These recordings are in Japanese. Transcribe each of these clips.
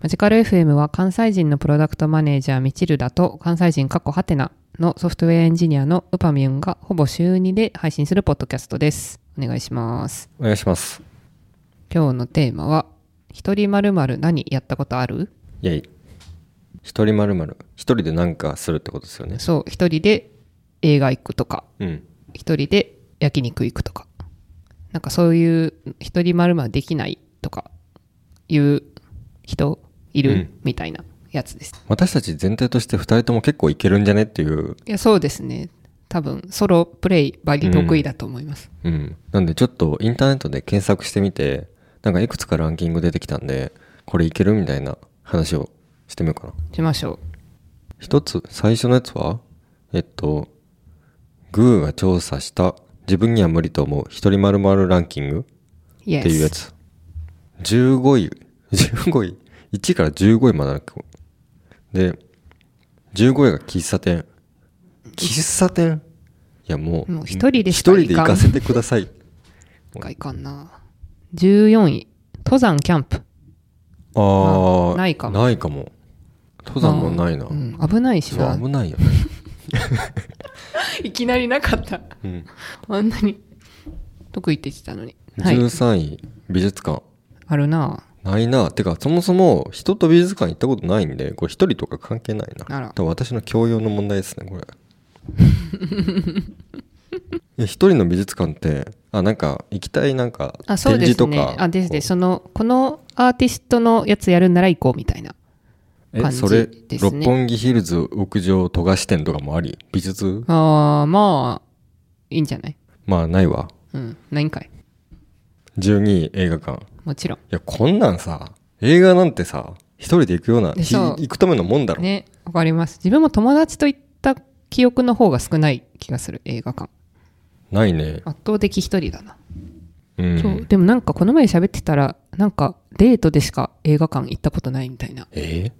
マジカル FM は関西人のプロダクトマネージャーミチルダと関西人かっこハテナのソフトウェアエンジニアのウパミュンがほぼ週2で配信するポッドキャストです。お願いします。お願いします。今日のテーマは、一人まるまる何やったことあるイェイ。一人まるまる。一人で何かするってことですよね。そう、一人で映画行くとか、うん。一人で焼肉行くとか、なんかそういう一人まるまるできないとかいう人いる、うんみたいなやつです。私たち全体として二人とも結構いけるんじゃねっていう。いや、そうですね。多分、ソロプレイバリ得意だと思います。うん。なんでちょっとインターネットで検索してみて、なんかいくつかランキング出てきたんで、これいけるみたいな話をしてみようかな。しましょ一つ、最初のやつは、えっと、グーが調査した自分には無理と思う一人まるまるランキングう。イエっていうやス。つ。15位、15位、1位から15位まであるで、15位が喫茶店。喫茶店いやもう、もう一人でし一か人行かんで行かせてく ださい。かいかんな。14位、登山キャンプ。あー、ないかもないかも。登山もないな。うん、危ないしそなう、。危ないよね。いきなりなかった。 うん、あんなに。得意って言ってたのに。はい。 13位、美術館。あるなないな。てか、そもそも人と美術館行ったことないんで、これ一人とか関係ないな。あら多分私の教養の問題ですね、これ。 いや一人の美術館って、あ、なんか行きたいなんかあ、展そうで示すとねか。。あ、ですです。その、このアーティストのやつやるなら行こうみたいな。え、感じそれ、ですね六本木ヒルズ屋上富樫店とかもあり、美術あー、まあ、いいんじゃないまあないわ。うん。ないんかい。 12位映画館。もちろん。いや、こんなんさ、映画なんてさ、一人で行くような、でひそう行くためのもんだろ。ね、わかります。自分も友達と行った記憶の方が少ない気がする、映画館。ないね。圧倒的一人だな。うそう。ん。でもなんかこの前喋ってたら、なんかデートでしか映画館行ったことないみたいな。えー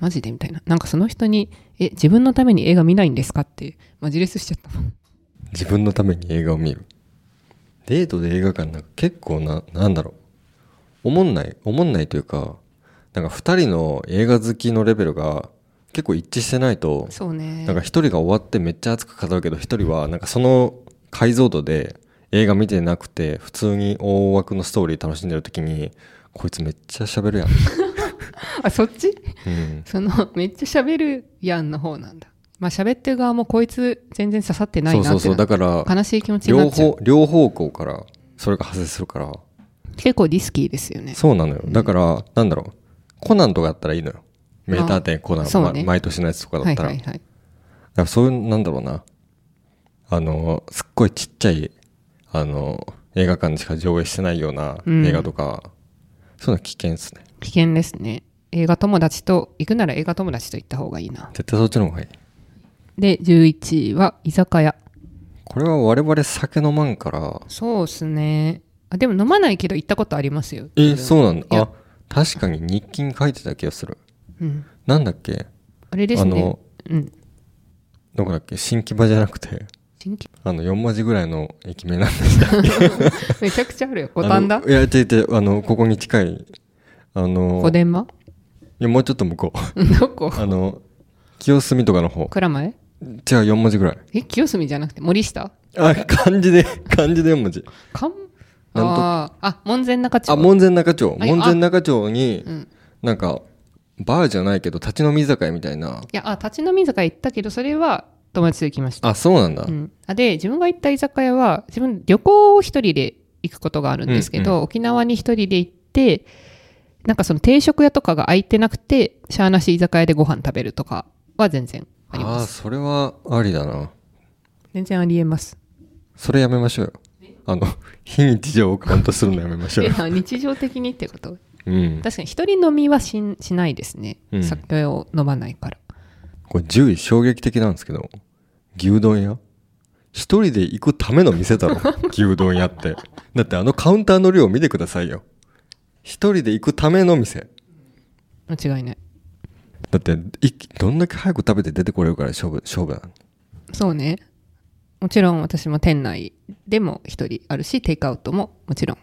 マジでみたいな。なんかその人に、え、自分のために映画見ないんですかって、マジレスしちゃったもん。自分のために映画を見るデートで映画館なんか結構ななんだろうおもんないおもんないというかなんか2人の映画好きのレベルが結構一致してないとそうねなん。か1人が終わってめっちゃ熱く語るけど1人はなんかその解像度で映画見てなくて普通に大枠のストーリー楽しんでる時にこいつめっちゃ喋るやん、あ、そっちうん、その、めっちゃ喋るやんの方なんだ。まあ喋ってる側もこいつ全然刺さってないそなうってそうそうだから悲しい気持ちにな両っちゃ方う。両方向からそれが発生するから結構リスキーですよね。そうなのよ。だから、なんだろう。コナンとかだったらいいのよ。名探偵コナン、そうねま毎年のやつとかだはっいたら。はいはい。だからそういう、なんだろうな。あの、すっごいちっちゃい、あの、映画館でしか上映してないようなうん映画とか、そういうの危険ですね。危険ですね映画友達と行くなら映画友達と行った方がいいな絶対そっちの方がいい。で11位は居酒屋これは我々酒飲まんから、そうっすねあでも飲まないけど行ったことありますよえ、そうなんだ。いやあ、確かに日記に書いてた気がする。うんなんだっけあれですあねのうんどこだっけ新木場じゃなくて、新規 あの、4文字ぐらいの駅名なんですけどめちゃくちゃあるよ五反あ田のいや、違う違う、あの、ここに近い、あの、小い伝馬や、もうちょっと向こ う。どこあの、清澄とかの方。蔵前違う、4文字ぐらい。え清澄じゃなくて森下あ、漢字で、 漢字で4文字。かんなんとあーあ門前仲町あ、門前仲町。あいや門前仲町にうん、なんか、バーじゃないけど、立ち飲み居酒屋みたいな。いやあ立ち飲み居酒屋行ったけどそれは友達と行きましたあ、そうなんだう。ん、あで自分が行った居酒屋は自分旅行を一人で行くことがあるんですけど、うん沖縄に一人で行ってなんかその定食屋とかが空いてなくてしゃーなし居酒屋でご飯食べるとかは全然ありあまあ、すそれはありだな。全然ありえますそれやめましょうよ。あの、非日常をカウントするのやめましょう いよ。や日常的にってことうん。確かに一人飲みはしんしないですね、うん酒を飲まないからこれ10位衝撃的なんですけど、牛丼屋一人で行くための店だろ、牛丼屋って。だってあのカウンターの量見てくださいよ。一人で行くための店。間違いないだって、いどんだけ早く食べて出てこれるから勝負、勝負なの。そうねもちろん私も店内でも一人あるしテイクアウトももちろん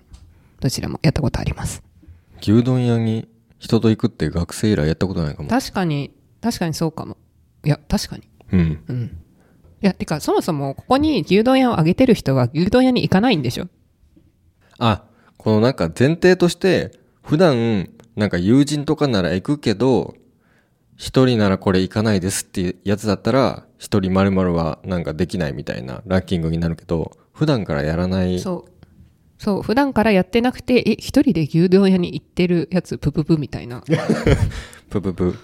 どちらもやったことあります牛丼屋に人と行くって学生以来やったことないかも。確かに確かにそうかもいや確かにうん。うんいやてかそもそもここに牛丼屋をあげてる人は牛丼屋に行かないんでしょあ、このなんか前提として、普段、なんか友人とかなら行くけど、一人ならこれ行かないですっていうやつだったら、一人〇〇はなんかできないみたいなランキングになるけど、普段からやらない。そうそう普段からやってなくてえ一人で牛丼屋に行ってるやつプププみたい な ぷぷぷ。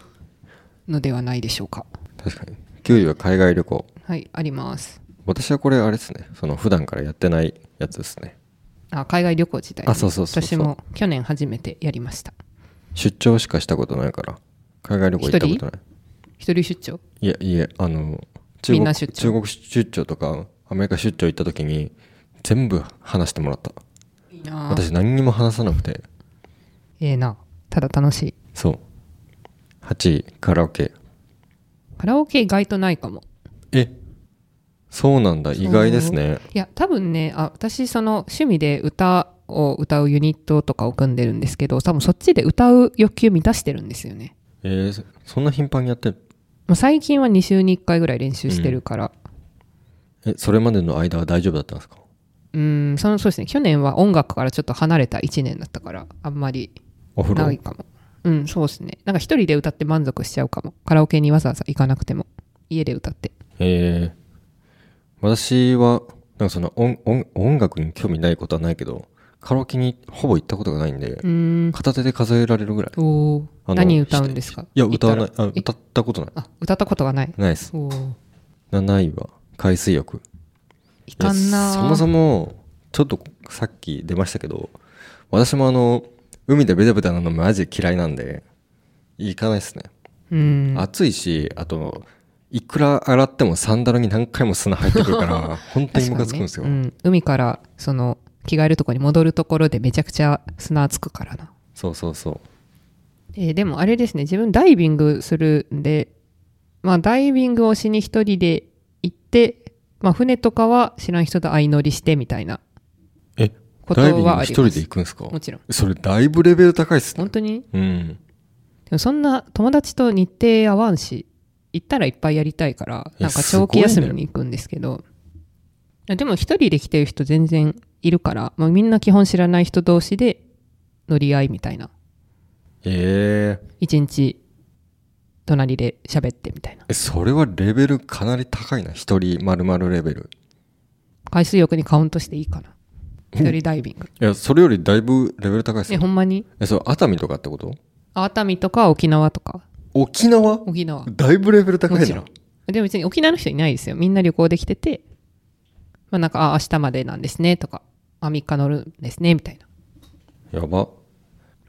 のではないでしょうか確かに。9位は海外旅行。はいあります私はこれあれですね。その普段からやってないやつですね。あ海外旅行自体あそうそうそうそ私うも去年初めてやりました出張しかしたことないから。海外旅行行ったことない。一人出張いやいやあの中みん国な出張中国出張とかアメリカ出張行った時に全部話してもらったいいなあ私何にも話さなくてええなただ楽しいそう8位カラオケカラオケ意外とないかもえそうなんだ意外ですねいや多分ねあ私その趣味で歌を歌うユニットとかを組んでるんですけど多分そっちで歌う欲求満たしてるんですよねえーそそんな頻繁にやってるもう最近は2週に1回ぐらい練習してるからえそれまでの間は大丈夫だったんですかうんそのそうですね去年は音楽からちょっと離れた1年だったからあんまりお風な呂いかもうんそうですねなんか一人で歌って満足しちゃうかもカラオケにわざわざ行かなくても家で歌ってえー私はなんかその音音音楽に興味ないことはないけどカラオケにほぼ行ったことがないんでうーん片手で数えられるぐらいおーあの何歌うんですかいや歌わない行ったあらえ歌ったことないあ歌ったことがないないですおー7位は海水浴いかんなあそもそもちょっとさっき出ましたけど私もあの海でベタベタなのマジ嫌いなんで行かないですね、うん暑いしあといくら洗ってもサンダルに何回も砂入ってくるから 本当にムカつくんです確よ、かにねうん、海からその着替えるとこに戻るところでめちゃくちゃ砂つくからな、そうそうそうえーでもあれですね自分ダイビングするんでまあダイビングをしに一人で行って、まあ、船とかは知らん人と相乗りしてみたいなえことダイビングはありま一す人で行くんですかもちろんそれだいぶレベル高いっすね本当にうんでもそんな友達と日程合わんし行ったらいっぱいやりたいからえなんかすごい長期ね休みに行くんですけどいやでも一人で来てる人全然いるから、まあ、みんな基本知らない人同士で乗り合いみたいなえー一日隣で喋ってみたいなえそれはレベルかなり高いな一人まるレベル海水浴にカウントしていいかな一人ダイビングいやそれよりだいぶレベル高いっすえよほんまにえそう熱海とかってこと熱海とか沖縄とか沖縄沖縄だいぶレベル高いもちろなんでも別に沖縄の人いないですよみんな旅行できててまあなんかあ明日までなんですねとかあ3日乗るんですねみたいなやば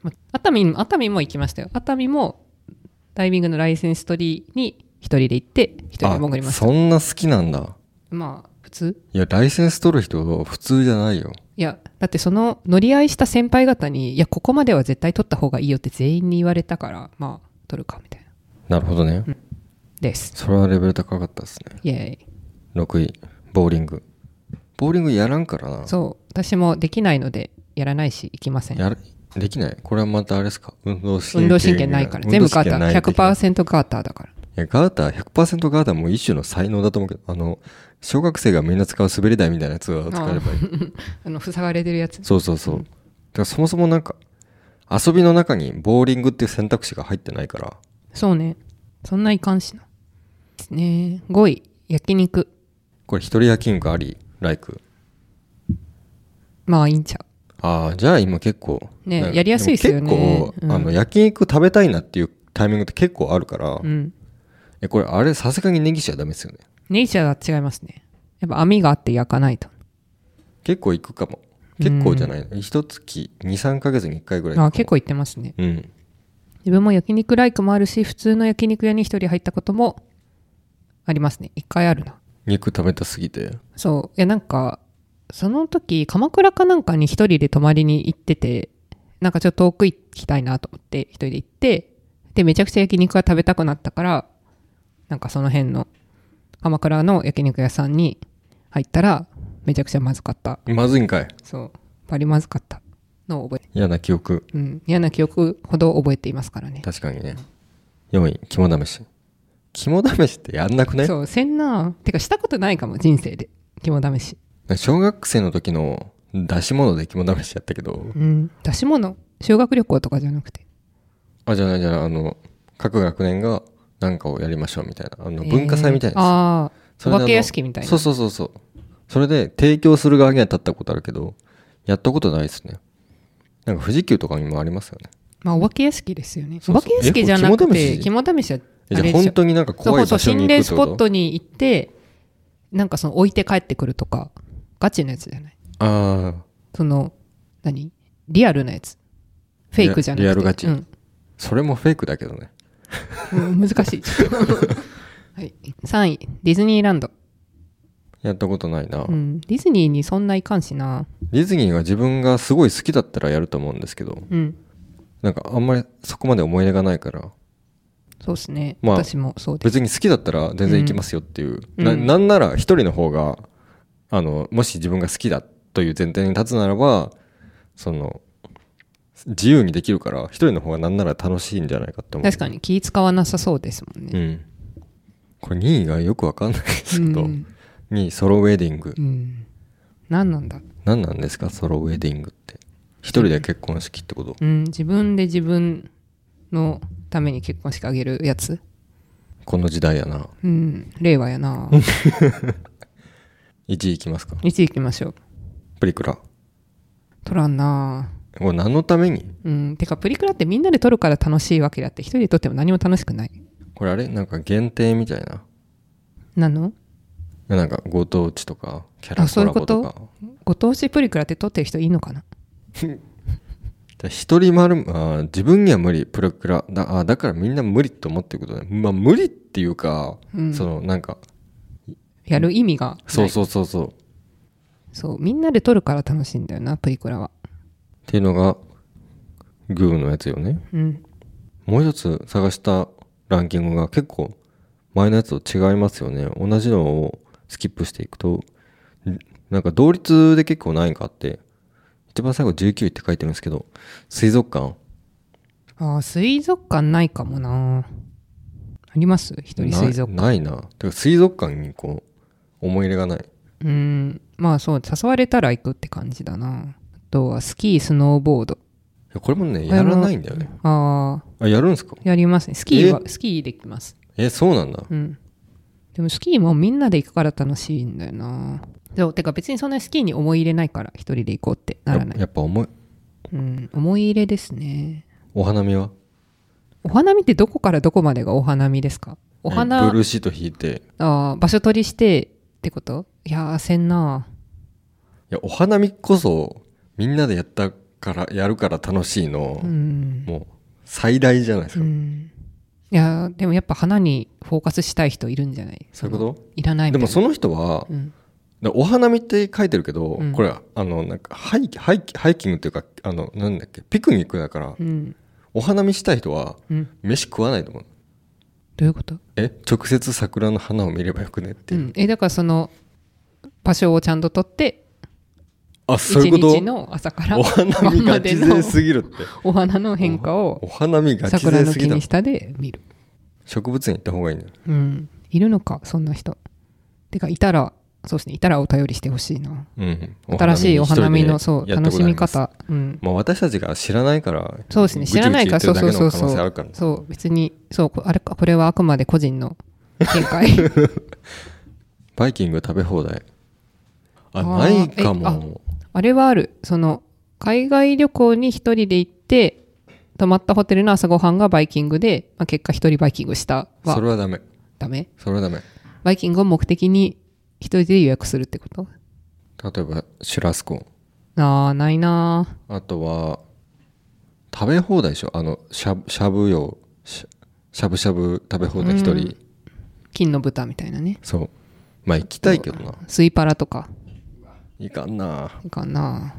まあ熱海熱海も行きましたよ熱海もダイビングのライセンス取りに一人で行って一人で潜りまあしたそんな好きなんだまあ普通いやライセンス取る人普通じゃないよいやだってその乗り合いした先輩方にいやここまでは絶対取った方がいいよって全員に言われたからまあ取るかみたいななるほどね、ですそれはレベル高かったですねイエーイ6位ボーリングボーリングやらんからなそう私もできないのでやらないし行きませんやるできないこれはまたあれですか運動神経運動神経ないから全部ガーター100% 100%ガーターだからいやガーター100%ガーターも一種の才能だと思うけどあの小学生がみんな使う滑り台みたいなやつが使えればいいあの塞がれてるやつそうそうそう。だからそもそもなんか、遊びの中にボーリングっていう選択肢が入ってないから、そうねそんないかんしなですね5位焼肉これ一人焼肉あり、ライク。まあいいんちゃああ、じゃあ今結構。ねなんかやりやすいっすよねでも結構、うんあの、焼肉食べたいなっていうタイミングって結構あるから、ううんえ、これあれさすがにネギしちゃダメですよね。ネイチャーは違いますねやっぱ網があって焼かないと結構行くかも。結構じゃない。一月2、3ヶ月に1回ぐらい。あ結構行ってますねうん。自分も焼肉ライクもあるし普通の焼肉屋に一人入ったこともありますね一回あるな肉食べたすぎて。そういやなんかその時鎌倉かなんかに一人で泊まりに行っててなんかちょっと遠く行きたいなと思って一人で行ってでめちゃくちゃ焼肉が食べたくなったからなんかその辺の鎌倉の焼肉屋さんに入ったらめちゃくちゃまずかったまずいんかい。そうバリまずかったのを覚え、嫌な記憶うん、嫌な記憶ほど覚えていますからね。確かにね4位肝試し肝試しってやんなくないそう、せんな。てか、したことないかも、人生で。肝試し。小学生の時の出し物で肝試しやったけど、うん。出し物。修学旅行とかじゃなくて。あじゃあないじゃああの各学年が何かをやりましょうみたいなあの文化祭みたいなやつ、ああ。そおれであの化け屋敷みたいな。そうそうそうそうそれで提供する側には立ったことあるけどやったことないですねなんか富士急とかにもありますよねまあ、お化け屋敷ですよね。そうそうお化け屋敷じゃなくえて、こ肝試しはえあじゃれでしあ本ょ。当になんかそ怖いうそ場う、所心に行霊くっスてポこッとトに行って、なんかその置いて帰ってくるとか、ガチのやつじゃない。ああその、何リアルなやつ。フェイクじゃなくて。リアリアルガチうん。それもフェイクだけどねうん難 しい。ちょっとはい、3位、ディズニーランド、やったことないな、うん。ディズニーにそんないかんしな。ディズニーが自分がすごい好きだったらやると思うんですけどうん。なんかあんまりそこまで思い出がないからそうですね、まあ私もそうです。別に好きだったら全然行きますよっていう、うんなうんなんなら一人の方があのもし自分が好きだという前提に立つならばその自由にできるから一人の方がなんなら楽しいんじゃないかって思う確かに気使わなさそうですもんうね。んこれ2位がよくわかんないですけど、うん2位ソロウェディング、うん。何なんだ、何なんですかソロウェディングって一人で結婚式ってこと、うん、自分で自分のために結婚式あげるやつ、この時代やなうん、令和や な。 1位いきますか1位行きましょう。プリクラ取らんな。これ何のためにうん、てか、プリクラってみんなで撮るから楽しいわけだって、一人で撮っても何も楽しくない。これあれなんか限定みたいななのなんかご当地とかキャラコラボとかあご当地プリクラって撮ってる人いいのかなじゃあ一人丸あー自分には無理プロクラだあーだからみんな無理と思ってることだねまあ無理っていうか、うんそのなんかやる意味がないそうそうそうそう、っそうみんなで撮るから楽しいんだよなプリクラはていうのがグーのやつよねうんもう一つ探したランキングが結構前のやつと違いますよね同じのをスキップしていくとんなんか同率で結構何位かあって一番最後19位って書いてるんですけど水族館あー水族館ないかもなあります一人水族館ないないなてか水族館にこう思い入れがないうんまあそう誘われたら行くって感じだなあとはスキースノーボードいやこれもねこれやもらないんだよねあああやるんですかやりますねスキーはスキーできますえそうなんだうんでもスキーもみんなで行くから楽しいんだよなそうてか別にそんなにスキーに思い入れないから一人で行こうってならなやいやっぱ重いうん思い入れですねお花見はお花見ってどこからどこまでがお花見ですかおえ花ブルーシート引いてあー場所取りしてってこといやーせんないやお花見こそみんなでやったからやるから楽しいの、うん、もう最大じゃないですうか、ん、いやーでもやっぱ花にフォーカスしたい人いるんじゃないそういうことのいらないみたでいなもその人は、うんだお花見って書いてるけど、うんこれあのなんかハイキハイキハイキングっていうかあのなんだっけピクニックだから、うんお花見したい人はうん飯食わないと思うどういうことえ直接桜の花を見ればよくねっていうう、ん、えだからその場所をちゃんと取ってあ一そういうこと日の朝からお花晩見まガでチの勢すぎる ってお花の変化おを花見ガチ桜勢のすぎ木だに下で見る植物園行った方がいいんだようん、いるのかそんな人てかいたらそうですねいたらお便りしてほしいなうん新しいお花見の一人そうでやった楽ことしありみます方、うん、まあ私たちが知らないからそうですねぐち知ぐちらないから言そっうてそるうだけそのう可能性そあるかうらそう別にそうこあれかこれはあくまで個人の見解 バイキング食べ放題ああーないかえもあれはあるその海外旅行に一人で行って泊まったホテルの朝ごはんがバイキングで、まあ、結果一人バイキングしたそれははダメダメそれはダメバイキングを目的に一人で予約するってこと例えばシュラスコああないなーあとは食べ放題でしょあのしゃぶしゃぶ用ししゃぶしゃぶ食べ放題一人、うん金の豚みたいなねそうまあ行きたいけどなスイパラとかいかんないかな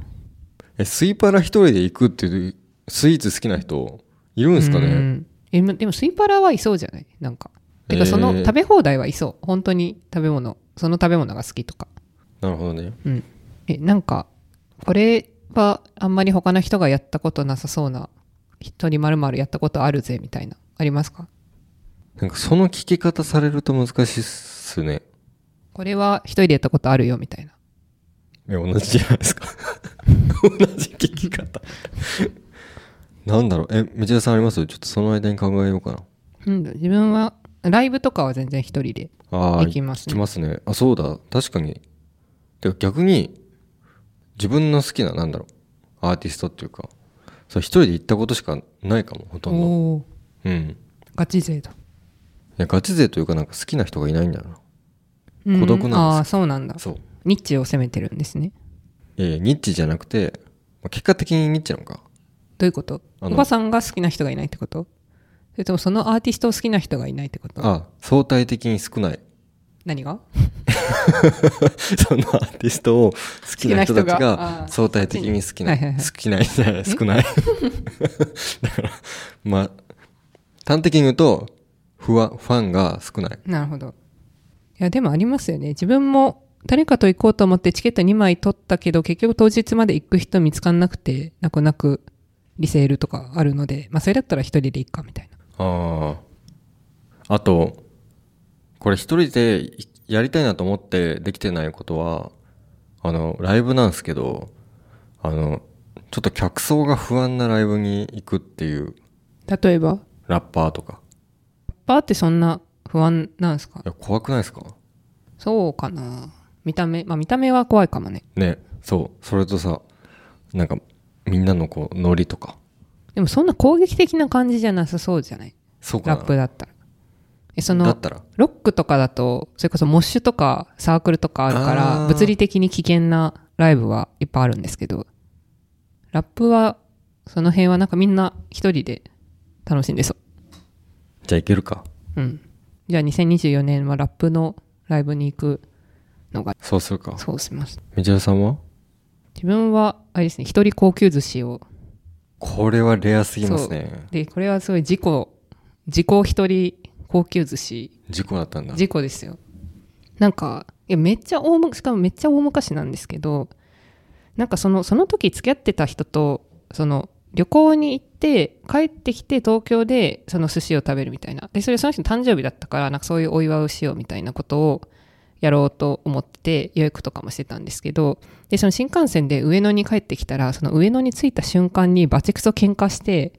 えスイパラ一人で行くっていうスイーツ好きな人いるんですかね、うんえでもスイパラはいそうじゃないなんかてえかーその食べ放題はいそう本当に食べ物その食べ物が好きとかなるほどねうんえなんかこれはあんまり他の人がやったことなさそうな一人まるまるやったことあるぜみたいなありますかなんかその聞き方されると難しいっすね。これは一人でやったことあるよみたいなえ、同じじゃないですか。 同じ聞き 方。なんだろう。え、道枝さんありますちょっとその間に考えようかな。うん自分はライブとかは全然一人でああ、できますね聞きますね。あ、そうだ。確かに。てか逆に、自分の好きな、なんだろう。アーティストっていうか、そう、一人で行ったことしかないかも、ほとんど。おーうん。ガチ勢だいや、ガチ勢というか、なんか好きな人がいないんだよ孤独なんですうんああそうなんだな。そう。ニッチを攻めてるんですねえニッチじゃなくて、まあ結果的にニッチなのか。どういうことあおのばさんが好きな人がいないってことそれともそのアーティストを好きな人がいないってことあ相対的に少ない。何が そのアーティストを好きな人た好きな人ちががあー相対的に好きな、はいはいはい好きないじゃない、少ない。 だから、まあ、端的に言うと、ふわ、ファンが少ない。なるほどいやでもありますよね自分も誰かと行こうと思ってチケット2枚取ったけど結局当日まで行く人見つかんなくて泣く泣くリセールとかあるので、まあ、それだったら一人で行っかみたいなああ。あと、これ一人でいやりたいなと思ってできてないことは、あの、ライブなんですけど、あの、ちょっと客層が不安なライブに行くっていう、例えばラッパーとか。バーってそんな不安なんですかいや、怖くないですかそうかな見た目まあ見た目は怖いかもねね、そう。それとさ、なんか、みんなのこう、ノリとか。でもそんな攻撃的な感じじゃなさそうじゃないそうかな。ラップだったらえそだのったら。ロックとかだとそれこそモッシュとかサークルとかあるかあらー物理的に危険なライブはいっぱいあるんですけどラップはその辺はなんかみんな一人で楽しんでそじゃあいけるか。ううんじゃあ2024年はラップのライブに行くのがそうするか。そうしますみちるさんは自分はあれですね一人高級寿司をこれはレアすぎますね。でこれはすごい事故事故一人高級寿司事故だったんだ。事故ですよなんかいやめっちゃ大昔しかもめっちゃ大昔なんですけどなんかそのその時付き合ってた人とその旅行に行って帰ってきて東京でその寿司を食べるみたいなでそれその人の誕生日だったからなんかそういうお祝いをしようみたいなことをやろうと思って予約とかもしてたんですけどでその新幹線で上野に帰ってきたらその上野に着いた瞬間にバチクソ喧嘩して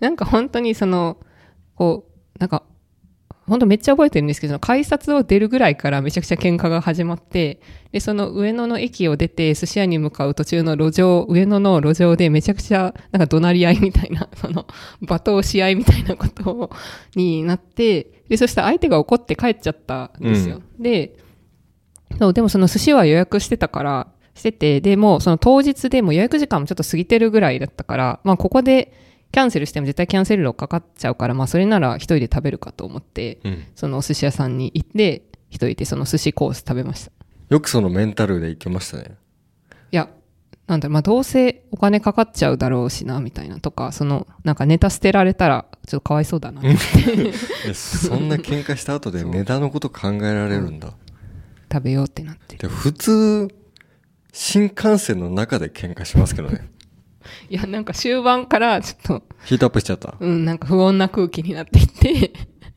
なんか本当にそのこうなんか本当めっちゃ覚えてるんですけど、その改札を出るぐらいからめちゃくちゃ喧嘩が始まって、で、その上野の駅を出て寿司屋に向かう途中の路上、上野の路上でめちゃくちゃなんか怒鳴り合いみたいな、 その罵倒し合いみたいなことをになって、で、そしたら相手が怒って帰っちゃったんですよ。で、そう、でもその寿司は予約してたから、してて、でもうその当日でもう予約時間もちょっと過ぎてるぐらいだったから、まあここでキャンセルしても絶対キャンセル料かかっちゃうから、まあそれなら一人で食べるかと思って、うん。そのお寿司屋さんに行って一人でその寿司コース食べましたいよくそのメンタルでいけましたね。やなんだろうまあどうせお金かかっちゃうだろうしなみたいなとかそのなんかネタ捨てられたらちょっとかわいそうだな食えそんな喧嘩した後で値段のこと考えられるんだ。べようってなってで普通、新幹線の中で喧嘩しますけ どね。 いやなんか終盤からちょっとヒートアップしちゃった。うんなんか不穏な空気になっていって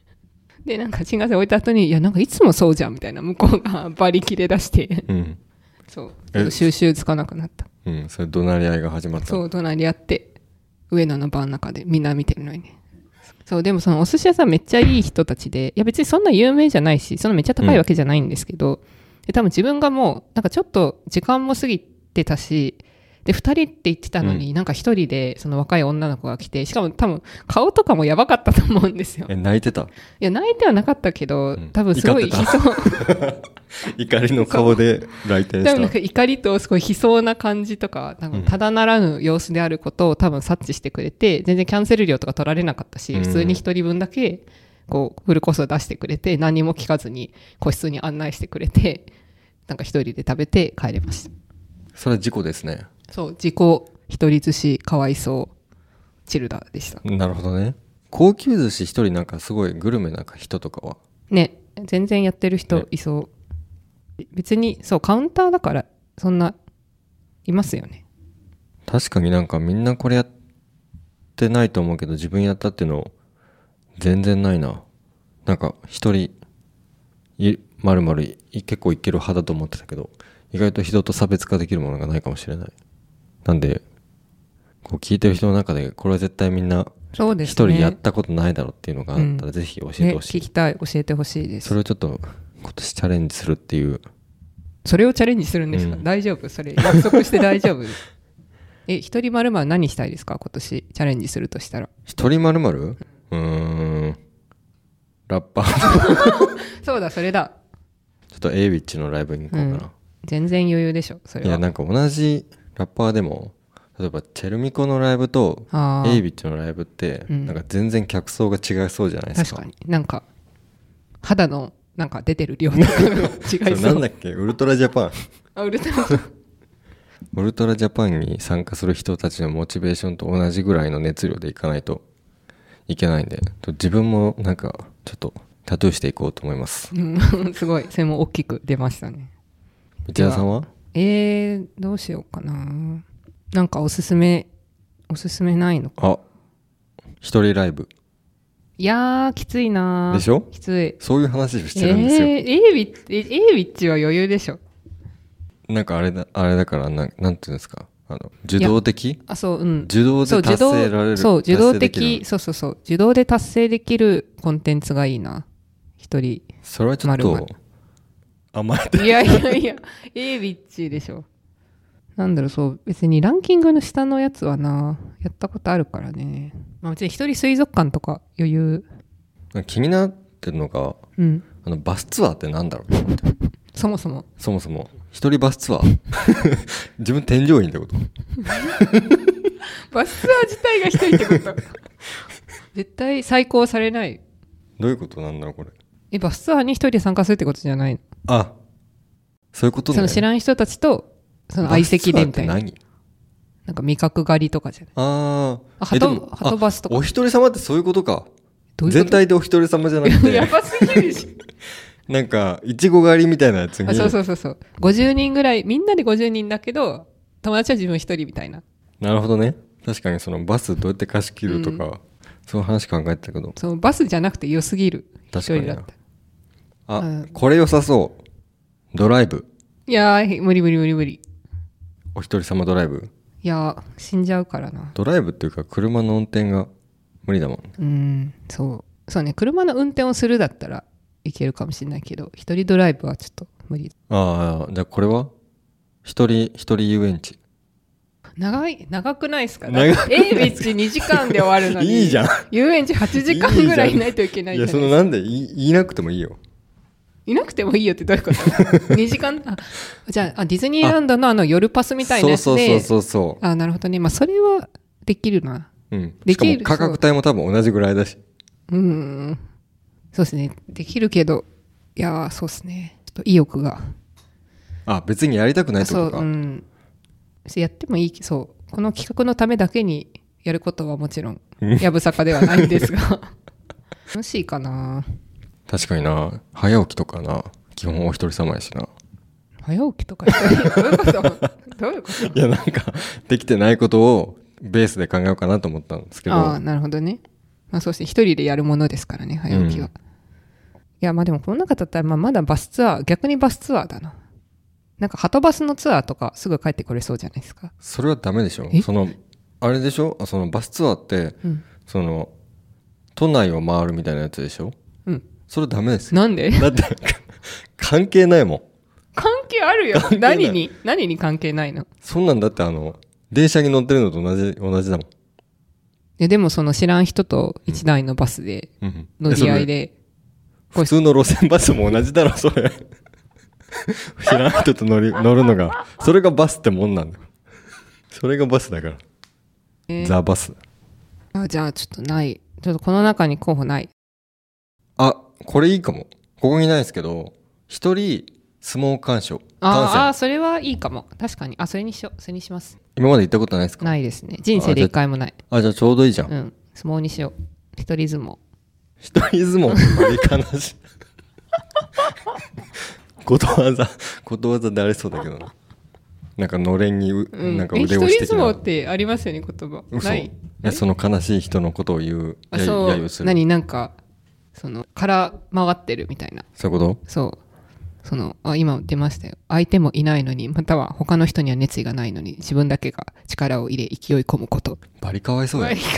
でなんか新幹線置いた後にいやなんかいつもそうじゃんみたいな向こうがバリ切れ出してうん。そうちえょっと収集つかなくなったうん。それ怒鳴り合いが始まった。そう隣り合って上野のバーの中でみんな見てるのにねそうでもそのお寿司屋さんめっちゃいい人たちでいや別にそんな有名じゃないしそんなめっちゃ高いわけじゃないんですけど、で多分自分がもうなんかちょっと時間も過ぎてたしで2人って言ってたのに、なんか1人でその若い女の子が来てしかも多分顔とかもやばかったと思うんですよえ、泣いてた。いや泣いてはなかったけど、ん多分すごい怒ってた 悲壮怒りの顔で来店多分なんしか怒りとすごい悲壮な感じとかなんかただならぬ様子であることを多分察知してくれて全然キャンセル料とか取られなかったしうん。普通に1人分だけこうフルコースを出してくれて何も聞かずに個室に案内してくれてなんか1人で食べて帰れましたそれは事故ですね。たそう自己一人寿司かわいそうチルダでしたなるほどね。高級寿司一人なんかすごいグルメなんか人とかは。ね全然やってるね人いそう、別にそうカウンターだからそんないますよね確かになんかみんなこれやってないと思うけど自分やったっていうの全然ないななんか一人いまるまるい結構いける派だと思ってたけど意外と人と差別化できるものがないかもしれないなんでこう聞いてる人の中でこれは絶対みんなそうです一ね。人やったことないだろうっていうのがあったうらんぜひ教えてほしい、ね聞きたい、教えてほしいです。そそれれをちょっと今年チャレンジするっていうをチャレンジするんですか、うん大丈夫それ、約束して大丈夫 え、一人まるまる何したいですか今年、チャレンジするとしたら。一人まるまるうーんラッパー そうだ、それだ。ちょっと a イビッチのライブに行こうかな、全然余裕でしょ、それいやは。なんか同じラッパーでも例えばチェルミコのライブとあーエイビッチのライブってうんなんか全然客層が違いそうじゃないです確か,、かに。なんか、肌の、なんか出てる量とかが 違いそれそなんう。だっけウルトラジャパンあ、ウルトラマンウルトラジャパンに参加する人たちのモチベーションと同じぐらいの熱量でいかないといけないんでと自分もなんかちょっとタトゥーしていこうと思いますうん、 すごい。それも大きく出ましたね。道田さんはえー、どうしようかな。なんかおすすめ、おすすめないのか。あ一人ライブいやー、きついなーでしょきつい。そういう話をしてえるんですよ、ー、エイビッチ、エイビッチは余裕でしょ。なんかあれだあれだからなんなんていうんですかあの受動的あ、そう、うん。受動そうで達成られるそう、受動達成できる的、そうそうそう。受動で達成できるコンテンツがいいな。一人。それはちょっ丸と甘えていやいやいや、エイビッチでしょ。なんだろう、そう、別にランキングの下のやつはな、やったことあるからね。まあ、別に一人水族館とか余裕。気になってるのがうん。あのバスツアーってなんだろうそもそも。そもそも一人バスツアー 自分添乗員ってことバスツアー自体が一人ってこと 絶対再考されない。どういうことなんだろうこれえ、バスツアーに一人で参加するってことじゃないのあそういうことねその知らん人たちと、そのバ相スツ席アでーっみてたいな。何なんか味覚狩りとかじゃない。ああ、ーえハでト、もハトバスとあおか。一人様ってそういうことかどういう全こと体でお一人様じゃなくやてばすぎるし。なんかいちご狩りみたいなやつにあ そうそうそうそう。50人ぐらい、みんなで50人だけど、友達は自分一人みたいな。なるほどね確かにそのバスどうやって貸し切るとか、そういう話考えてたけどそのバスじゃなくて良すぎる。一確かに人だった。あ、うんこれ良さそうドライブいやー、無理無理無理無理。お一人様ドライブいやー、死んじゃうからな。ドライブっていうか車の運転が無理だもんうん、そう。そうね、車の運転をするだったらいけるかもしれないけど、一人ドライブはちょっと無理。ああじゃあこれは一人一人遊園地長い、長くないですか長くエイビッチ2時間で終わるのに。 いいじゃん遊園地8時間ぐらいいないといけないいじゃやなそいのなんで言い言いなくてもいいよいなくてもいいよってどういうこと ?2 時間、あ、じゃあ、あディズニーランドのあの夜パスみたいなそうやつそうそうで、そうそあ、なるほどね。まあ、それはできるな。う、うん、でしかきもる価格帯も多分同じぐらいだしうーん。そうですね。できるけど、いやー、そうですね。ちょっと意欲が。あ別にやりたくないってこそとう、うか、ん。そうやってもいいけど、そう。この企画のためだけにやることはもちろん、やぶさかではないんですが。 楽しいかな確かにな早起きとかな基本お一人様やしな早起きとかしたりどういうこと どういうこといやなんかできてないことをベースで考えようかなと思ったんですけどああなるほどね、まあ、そして一人でやるものですからね早起きは、ういんやまあでもこの中だったらまあまだバスツアー逆にバスツアーだななんかはとバスのツアーとかすぐ帰ってこれそうじゃないですかそれはダメでしょえそのあれでしょそのバスツアーって、うん、その都内を回るみたいなやつでしょうん、それダメですよなんで だって関係ないもん関係あるよ関係ない何に何に関係ないのいそんなんだってあの電車に乗ってるのと同じ同じだもん、やでもその知らん人と一台のバスでうん乗り合いで、普通の路線バスも同じだろそれ 知らん人 と乗り乗るのがそれがバスってもんなんだよそれがバスだから、えーザ・バスあじゃあちょっとないちょっとこの中に候補ないあこれいいかもここにないですけど一人相撲鑑賞あーあー観戦それはいいかも確かにあそれにしようそれにします今まで行ったことないですかないですね人生で一回もないあじゃあちょうどいいじゃん、うん、相撲にしよう。一人相撲。一人相撲って割りかな しことわざことわざでありそうだけどななんかのれんにう、うん、なんかえ腕押し一人てき相な撲ってありますよね言葉嘘ないえその悲しい人のことを言うあやそ揶揄うする何なんかその空回ってるみたいなそういうこそうそのあ今出ましたよ相手もいないのにまたは他の人には熱意がないのに自分だけが力を入れ勢い込むこととバリかわいそうや、はい悲しい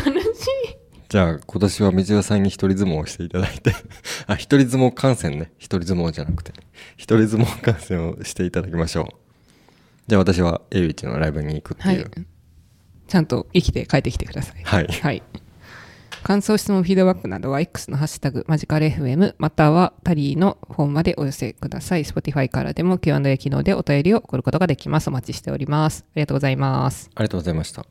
じゃあ今年は道代さんに一人相撲をしていただいて あ一人相撲観戦ね一人相撲じゃなくて一人相撲観戦をしていただきましょうじゃあ私は英一のライブに行くってはいいうちゃんと生きて帰ってきてくださいはい、はい。感想、質問、フィードバックなどは X のハッシュタグ、マジカル FM、またはタリーのフォームまでお寄せください。Spotify からでも Q&A 機能でお便りを送ることができます。お待ちしております。ありがとうございます。ありがとうございました